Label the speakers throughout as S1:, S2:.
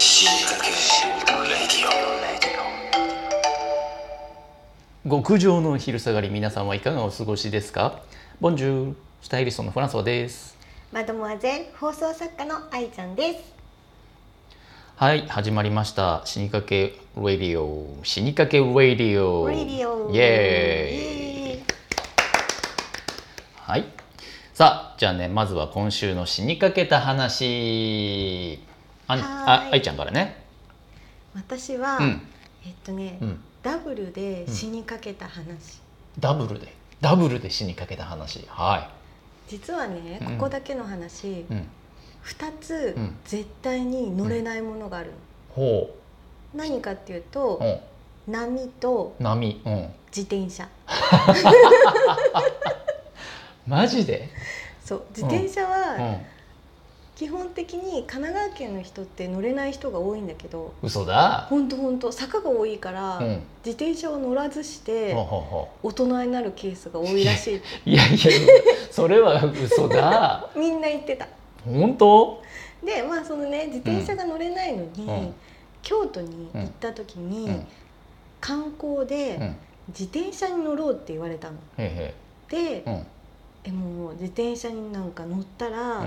S1: しいたけレディ
S2: 極上の昼下がり皆さんはいかがお過ごしですかボンジュールスタイリストのフランソワです
S3: マドモアゼン放送作家の愛ちゃんです。
S2: はい始まりました死にかけレディオ死にかけレディオ
S3: レディオ。
S2: イエーイ
S3: イエ
S2: はいさあじゃあねまずは今週の死にかけた話あん
S3: はー
S2: あ
S3: い
S2: 愛ちゃんからね
S3: 私は、
S2: うん
S3: えっとね、
S2: うん
S3: ダブルで死にかけた話。
S2: ダブルでダブルで死にかけた話は
S3: 実はね、
S2: うん
S3: ここだけの話
S2: い、うん
S3: 二つ
S2: うん
S3: 絶対に乗れないものがあるの。
S2: ほ
S3: 何かっていう
S2: う、う
S3: と、
S2: ん、
S3: 波と
S2: 波うん
S3: 自転車。
S2: マジで、
S3: そう、自転車
S2: う
S3: は
S2: ん、
S3: 基本的に神奈川県の人って乗れない人が多いんだけど。
S2: 嘘だ
S3: ほんとほんと坂が多いから、
S2: うん
S3: 自転車を乗らずして
S2: ほうほうほ
S3: 大人になるケースが多いらしいって
S2: ういやいやそれは嘘だ
S3: みんな言ってた
S2: 本当
S3: でまあそのね自転車が乗れないのに、
S2: うん
S3: 京都に行った時に、
S2: うんうん
S3: 観光
S2: うん
S3: で
S2: へ
S3: 自転車に乗ろうって言われたの。
S2: え
S3: で、
S2: へえ
S3: えもう自転車になんか乗った
S2: うん
S3: ら、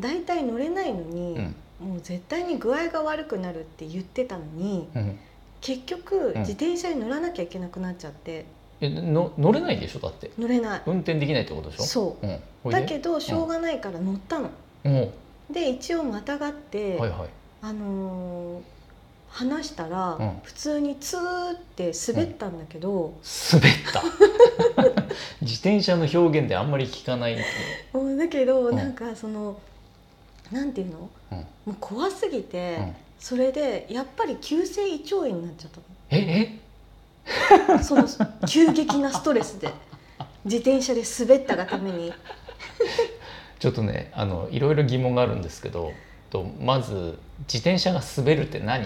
S3: 大体乗れないのに、
S2: うん
S3: もう絶対に具合が悪くなるって言ってたのに
S2: うんうん
S3: 結局
S2: ん
S3: 自転車に乗らなきゃいけなくなっちゃって
S2: えの乗れないでしょだって
S3: 乗れない。
S2: 運転できないってことでしょ、
S3: そう
S2: うん、ほいで
S3: だけどしょうがないから乗ったの。
S2: う
S3: で一応またがって、
S2: んはいはい
S3: あのー話したら、
S2: うん
S3: 普通にツーって滑ったんだけど、
S2: 滑った 自転車の表現であんまり聞かない、
S3: もうだけど、
S2: うん
S3: なんかそのなんていうの
S2: うん
S3: もう怖すぎて、
S2: うん、
S3: それでやっぱり急性胃腸炎になっちゃっ
S2: ええ
S3: たのそ の急激なストレスで自転車で滑ったがために
S2: ちょっとねあのいろいろ疑問があるんですけどとまず自転車が滑るって何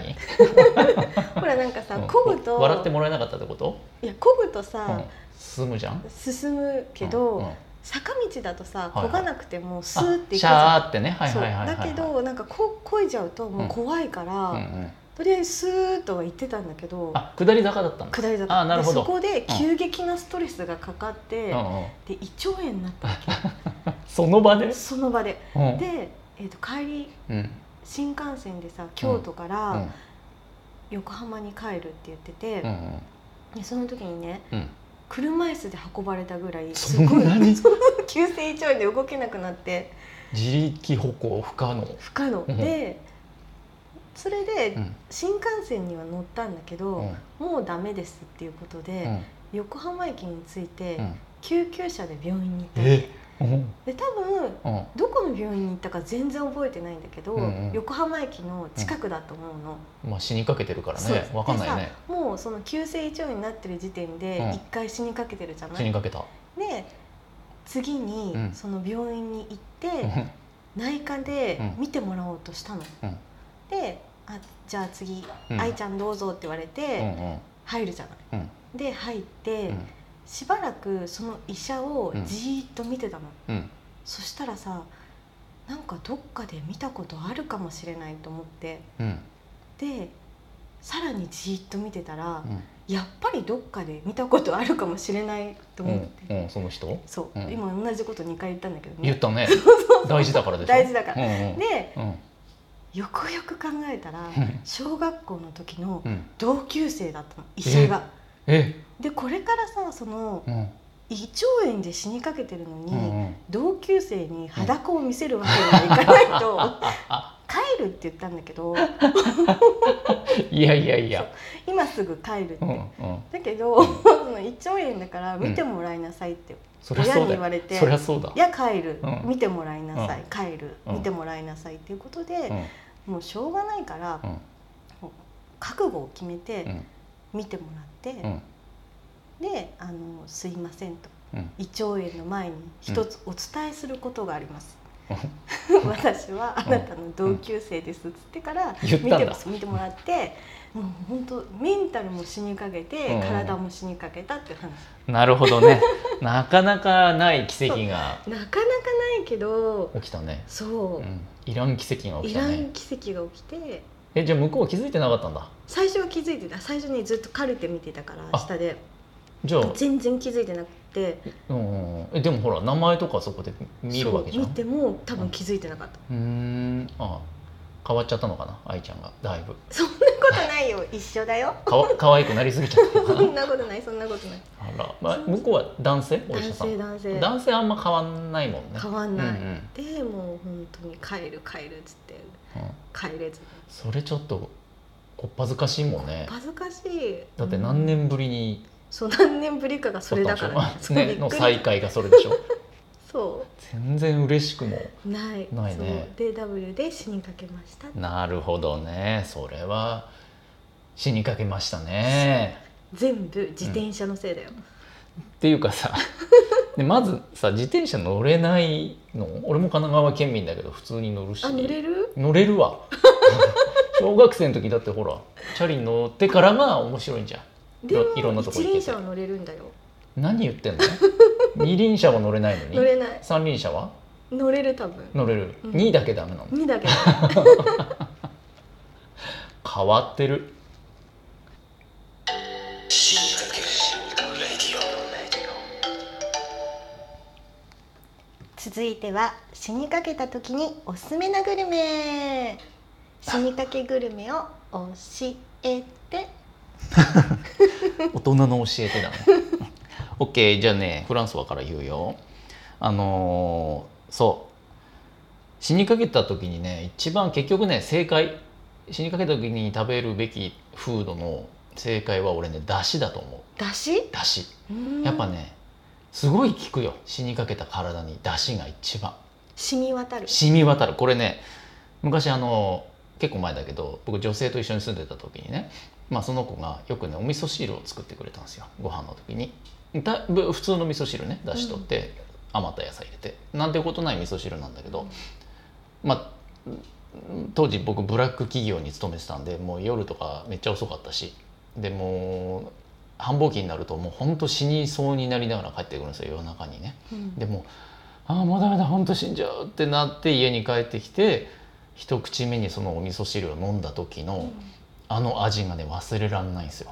S3: ほらなんかさ
S2: うん
S3: 漕ぐと
S2: 笑ってもらえなかったってこと、
S3: いや漕ぐと
S2: うん
S3: さ、、
S2: 進むじゃん
S3: 進むけど、
S2: うんうん
S3: 坂道だとさ
S2: はいはい
S3: 漕がなくてもスーっていく
S2: シ
S3: じゃん
S2: ャーってねはい
S3: そう
S2: はいはいはい
S3: だけどなんかここいじゃうともう怖いから、
S2: うんうん、
S3: とりあえずスーッとは行ってたんだけど
S2: あ下り坂だったんだ
S3: 下り坂
S2: あなるほど
S3: でそこで急激なストレスがかかって、
S2: うんうん、
S3: で胃腸炎になったわ
S2: その場
S3: け
S2: で、
S3: その場で
S2: うんうん
S3: で、えー、と帰り
S2: うん
S3: 新幹線でさ京都か
S2: う
S3: ら
S2: ん
S3: 横浜に帰るって言ってて、
S2: うん
S3: でその時にね
S2: うん、
S3: 車椅子で運ばれたぐらいす
S2: そん
S3: ごい
S2: な に
S3: 急性胃腸炎で動けなくなって
S2: 自力歩行不可能、
S3: 不可能
S2: うん
S3: でそれ
S2: う
S3: で
S2: ん
S3: 新幹線には乗ったんだけど、
S2: うん
S3: もうダメですっていうことで、
S2: うん
S3: 横浜駅に着いて、
S2: うん、
S3: 救急車で病院に行ったの
S2: えうん
S3: で多分
S2: うん
S3: どこの病院に行ったか全然覚えてないんだけど、
S2: うんうん
S3: 横浜駅の近くだと思うの、
S2: まあ死にかけてるから
S3: そう
S2: ねわかんないよ
S3: で
S2: ね
S3: さもうその急性胃腸炎になってる時点で
S2: うん
S3: 一回死にかけてるじゃな
S2: 死
S3: い、
S2: にかけた、
S3: で次に
S2: うん
S3: その病院に行って、
S2: う
S3: 内科で
S2: うん
S3: 見てもらおうとしたの、
S2: うん
S3: であじゃあ次、
S2: うん
S3: 愛ちゃんどうぞって言われて、
S2: んうん
S3: 入るじゃない、で入って、
S2: うん
S3: しばらくその医者を
S2: うん
S3: じーっと見てたの、
S2: うん
S3: そしたらさなんかどっかで見たことあるかもしれないと思って
S2: うん
S3: でさらにじーっと見てたら、
S2: うん
S3: やっぱりどっかで見たことあるかもしれないと思っ
S2: う
S3: て、
S2: んうん、その人
S3: そう、
S2: うん
S3: 今同じこと2回言ったんだけど
S2: 言っ
S3: ね
S2: たね大事だからでしょ
S3: 大事だから、
S2: うんうん
S3: で
S2: うん
S3: よくよく考えたら
S2: うん
S3: 小学校の時の
S2: うん
S3: 同級生だったの医者が。
S2: え
S3: でこれからさその
S2: うん
S3: 胃腸炎で死にかけてるのに、
S2: うんうん
S3: 同級生に裸を見せるわけにはいかないと帰るって言ったんだけど
S2: いやいやいや
S3: 今すぐ帰るって、
S2: うんうん
S3: だけどその胃腸炎だから見てもらいなさいって、
S2: そりゃ
S3: 親
S2: そう
S3: に
S2: だ
S3: 言
S2: よ
S3: われて
S2: そりゃそうだ
S3: いや帰る、
S2: うん
S3: 見てもらいなさい、
S2: うん
S3: 帰る、
S2: うん
S3: 見てもらいなさいっていうことで
S2: う、ん
S3: もうしょうがないから、
S2: うん
S3: もう覚悟を決めて
S2: うん
S3: 見てもらって、
S2: うん
S3: であの「すいません」と。
S2: うん
S3: 胃腸炎の前に一つお伝えすることがあります、私はあなたの同級生ですっつってから
S2: 言ったん
S3: 見
S2: だ
S3: ても見てもらってもう本当メンタルも死にかけて、
S2: うん
S3: 体も死にかけたっていう話
S2: なるほど ねなかなかない奇跡が
S3: なかなかないけど
S2: 起きたね
S3: そうう、
S2: んいらん奇跡が起
S3: い
S2: き
S3: ら
S2: た
S3: ん
S2: ね
S3: 奇跡が起きて
S2: えじゃあ向こうは気づいてなかったんだ
S3: 最初は気づいてた最初にずっとカルテ見てたから
S2: あ
S3: 下で
S2: じゃあ、
S3: 全然気づいてなくて
S2: うんうんうんえでもほら名前とかそこで見るわけじゃん
S3: そう見ても多分気づいてなかった、
S2: うーんあ変わっちゃったのかな愛ちゃんがだいぶ
S3: そんなことないよ一緒だよ
S2: かわ 可愛くなりすぎちゃっ
S3: そ
S2: た
S3: んなことないそんなことない
S2: あら、まあ、向こうは男性お医者
S3: 男
S2: さ
S3: 性
S2: ん
S3: 男性
S2: 男性あんま変わんないもんね
S3: 変わんない、
S2: うんうん
S3: でもう本当に帰る帰るっつって
S2: うん
S3: 帰れず
S2: それちょっとこっぱずかしいもんね
S3: 恥ずかしい
S2: だって何年ぶりに
S3: そう何年ぶりかがそれだから
S2: 会ったんでしょ
S3: そうびっ
S2: ね
S3: くり
S2: の再会がそれでしょ
S3: そ
S2: 全然嬉しくも
S3: うない
S2: ないね
S3: そうで W で死にかけました
S2: なるほどねそれは死にかけましたね
S3: 全部自転車のせいだよ、
S2: っていうか さでまずさ自転車乗れないの俺も神奈川県民だけど普通に乗るし
S3: あ乗れる
S2: 乗れる わ小学生の時だってほらチャリ乗ってからが面白いんじゃん
S3: でも
S2: いろんなとこ行
S3: 一
S2: けて
S3: 輪車は乗れるんだよ
S2: 何言ってんの 二輪車は乗れないのに
S3: 乗れない
S2: 三輪車は
S3: 乗れる多分
S2: 乗れる、
S3: うん
S2: 二だけダメなの
S3: 2だけど
S2: 変わってる
S1: 死にかけるシールドレディ
S3: 続いては死にかけた時におすすめなグルメ死にかけグルメを教えて
S2: 大人の教えてだね OK じゃあねフランスはから言うよあのーそう死にかけた時にね一番結局ね正解死にかけた時に食べるべきフードの正解は俺ねだしだと思う
S3: だし
S2: だしやっぱねすごい効くよ死にかけた体にだしが一番
S3: 染み渡る
S2: 染み渡るこれね昔あの結構前だけど僕女性と一緒に住んでた時にね、まあ、その子がよくねお味噌汁を作ってくれたんですよご飯の時にだぶ普通の味噌汁ねだし取って、余った野菜入れてなんてことない味噌汁なんだけど、まあうん当時僕ブラック企業に勤めてたんでもう夜とかめっちゃ遅かったしでもう繁忙期になるともうほんと死にそうになりながら帰ってくるんですよ夜中にね。
S3: うん
S2: でも「ああもうダメだ本当死んじゃう」ってなって家に帰ってきて一口目にそのお味噌汁を飲んだ時の、あの味がね忘れられないんですよ。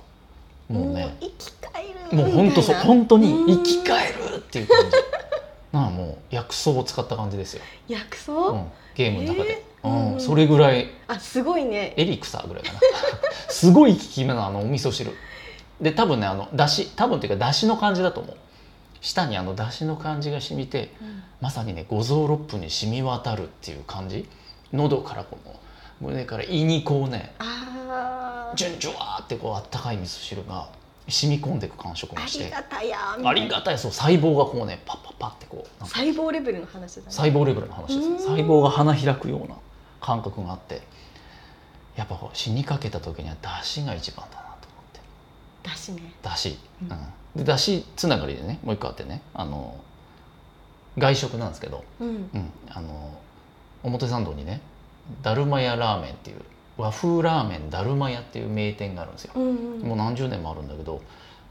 S2: もうね、
S3: 生き返る
S2: もう本当そう
S3: みたいな
S2: 本当に
S3: う
S2: 生
S3: ん
S2: き返るっていう感じ。なあもう薬草を使った感じですよ。
S3: 薬草、
S2: うん、ゲームの中で、
S3: えーうん
S2: うん、それぐらい
S3: あすごいね
S2: エリクサーぐらいかな すごい効き目のあのお味噌汁で多分ねあのだし多分っていうかだしの感じだと思う舌にあのだしの感じが染みてまさにね五臓六腑に染み渡るっていう感じ喉からこの胸から胃にこうね
S3: あ
S2: ジ
S3: ー
S2: ュンジュワーってこうあったかい味噌汁が染み込んでいく感触が
S3: あ
S2: し
S3: り
S2: て
S3: がたやみた
S2: あ
S3: いな
S2: りがたいそう細胞がこうねパッパッパってこうなんか
S3: 細胞レベルの話だね
S2: 細胞レベルの話です
S3: うん
S2: 細胞が花開くような感覚があってやっぱこう死にかけた時には出汁が一番だなと思って
S3: だしね
S2: 出汁、
S3: う
S2: うんんで出汁つながりでねもう一個あってねあの外食なんですけど、
S3: うん
S2: うん、あの表参道にねだるま屋ラーメンっていう和風ラーメンだるま屋っていう名店があるんですよ、
S3: うん
S2: も
S3: う
S2: うん何十年もあるんだけど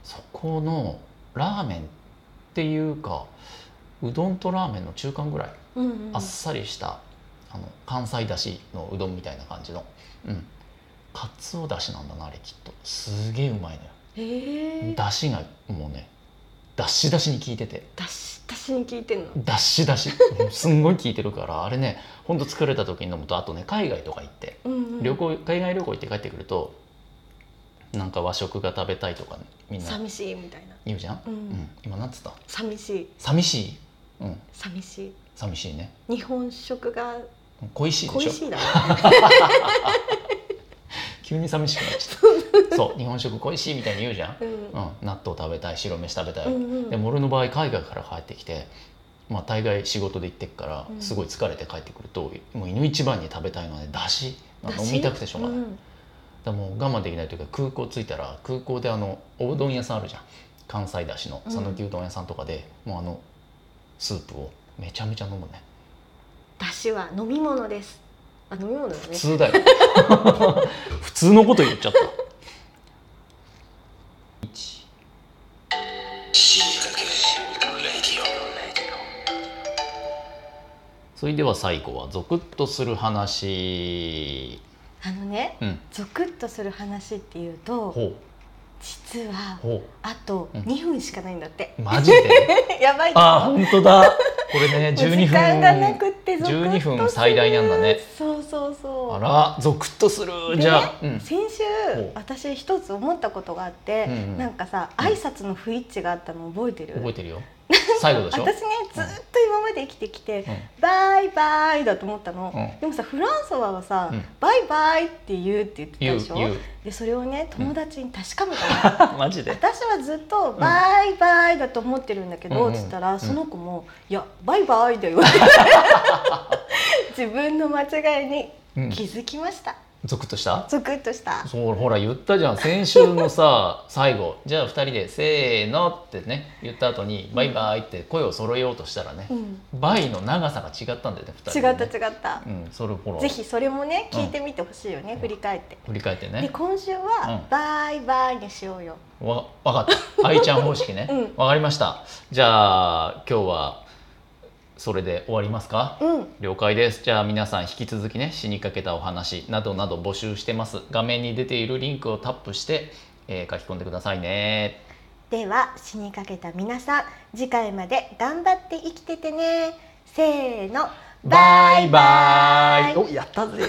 S2: そこのラーメンっていうかうどんとラーメンの中間ぐらい、
S3: うんうん
S2: あっさりしたあの関西だしのうどんみたいな感じのうんかつおだしなんだなあれきっとすげえうまいのよ、
S3: えー、
S2: だしがもうねだしだしに効いてて
S3: だしだしに効いてんの
S2: ダッシュダッシュ うんすんごい効いてるからあれねほんと疲れた時に飲むとあとね海外とか行って
S3: うんうん
S2: 旅行海外旅行行って帰ってくるとなんか和食が食べたいとか、ね、みんな
S3: 寂しいみたいな
S2: 言うじゃん、
S3: うん、
S2: うん、今なんつった
S3: 寂しい
S2: 寂しいうん
S3: 寂しい
S2: 寂しいね
S3: 日本食が
S2: 恋しいで
S3: 恋
S2: し
S3: し
S2: ょ
S3: いだね
S2: 急に寂しくなっちゃ ったそう日本食恋しいみたいに言うじゃん、
S3: うん
S2: うん、納豆食べたい白飯食べたい、
S3: うんうん
S2: でも俺の場合海外から帰ってきて、まあ、大概仕事で行ってっから
S3: うん
S2: すごい疲れて帰ってくると、もう犬一番に食べたいのはねだしなんか飲みたくてしょうがない、
S3: ん
S2: だからもう我慢できないというか空港着いたら空港であのおうどん屋さんあるじゃん関西だしの
S3: うん
S2: 讃岐うどん屋さんとかで、もうあのスープをめちゃめちゃ飲むね
S3: だしは飲み物ですあ飲み物だね
S2: 普通だよ 普通のこと言っちゃった
S1: オ死にかけるシールドレディ
S2: それでは最後はゾクッとする話
S3: あのね
S2: うん
S3: ゾクッとする話っていうと
S2: ほう
S3: 実は
S2: ほ
S3: あと
S2: うん
S3: 2分しかないんだって、
S2: うマジで
S3: やば い
S2: あー本当だこれね
S3: もう時
S2: 12
S3: 間がなく
S2: 分
S3: ってゾクッと
S2: 12分最大なんだね
S3: そうそうそう
S2: あらゾクッとするじゃあ、うん
S3: 先週
S2: お
S3: 私一つ思ったことがあって、
S2: うんうん
S3: なんかさ
S2: うん
S3: 挨拶の不一致があったの覚えてる
S2: 覚えてるよ最後でしょ、
S3: 私ねずっと今まで生きてきて
S2: うん
S3: 「バイバイ」だと思ったの、
S2: うん
S3: でもさフランソワはさ「
S2: うん
S3: バイバイ」って言うって言ってた
S2: 言う
S3: でしょ
S2: 言う
S3: でそれをね友達に確かめたの、
S2: マジで
S3: 私はずっと「バイバイ」だと思ってるんだけど、
S2: うんうん
S3: つったら、
S2: うん
S3: その子も「いやバイバイ」だよ自分の間違いに
S2: うん
S3: 気づきました、
S2: ゾクッとした
S3: ゾクッとした
S2: そうほら言ったじゃん先週のさ 最後じゃあ2人で「せーの」ってね言った後に「バイバイ」って声を揃えようとしたらね
S3: う、ん
S2: バイの長さが違ったんだよね2
S3: 違
S2: 人
S3: っ
S2: でね、
S3: た違った、
S2: うん、それほら
S3: ぜひそれもね聞いてみてほしいよね、
S2: ん
S3: 振り返って、
S2: 振り返って
S3: で
S2: ね
S3: 今週は、
S2: うん
S3: バイバイにしようよ
S2: わ分かった愛ちゃん方式ね
S3: う
S2: わ、
S3: ん
S2: かりましたじゃあ今日はそれで終わりますか
S3: うん
S2: 了解ですじゃあ皆さん引き続きね死にかけたお話などなど募集してます画面に出ているリンクをタップして、えー書き込んでくださいね
S3: では死にかけた皆さん次回まで頑張って生きててねせーの
S2: バイバイおやったぜ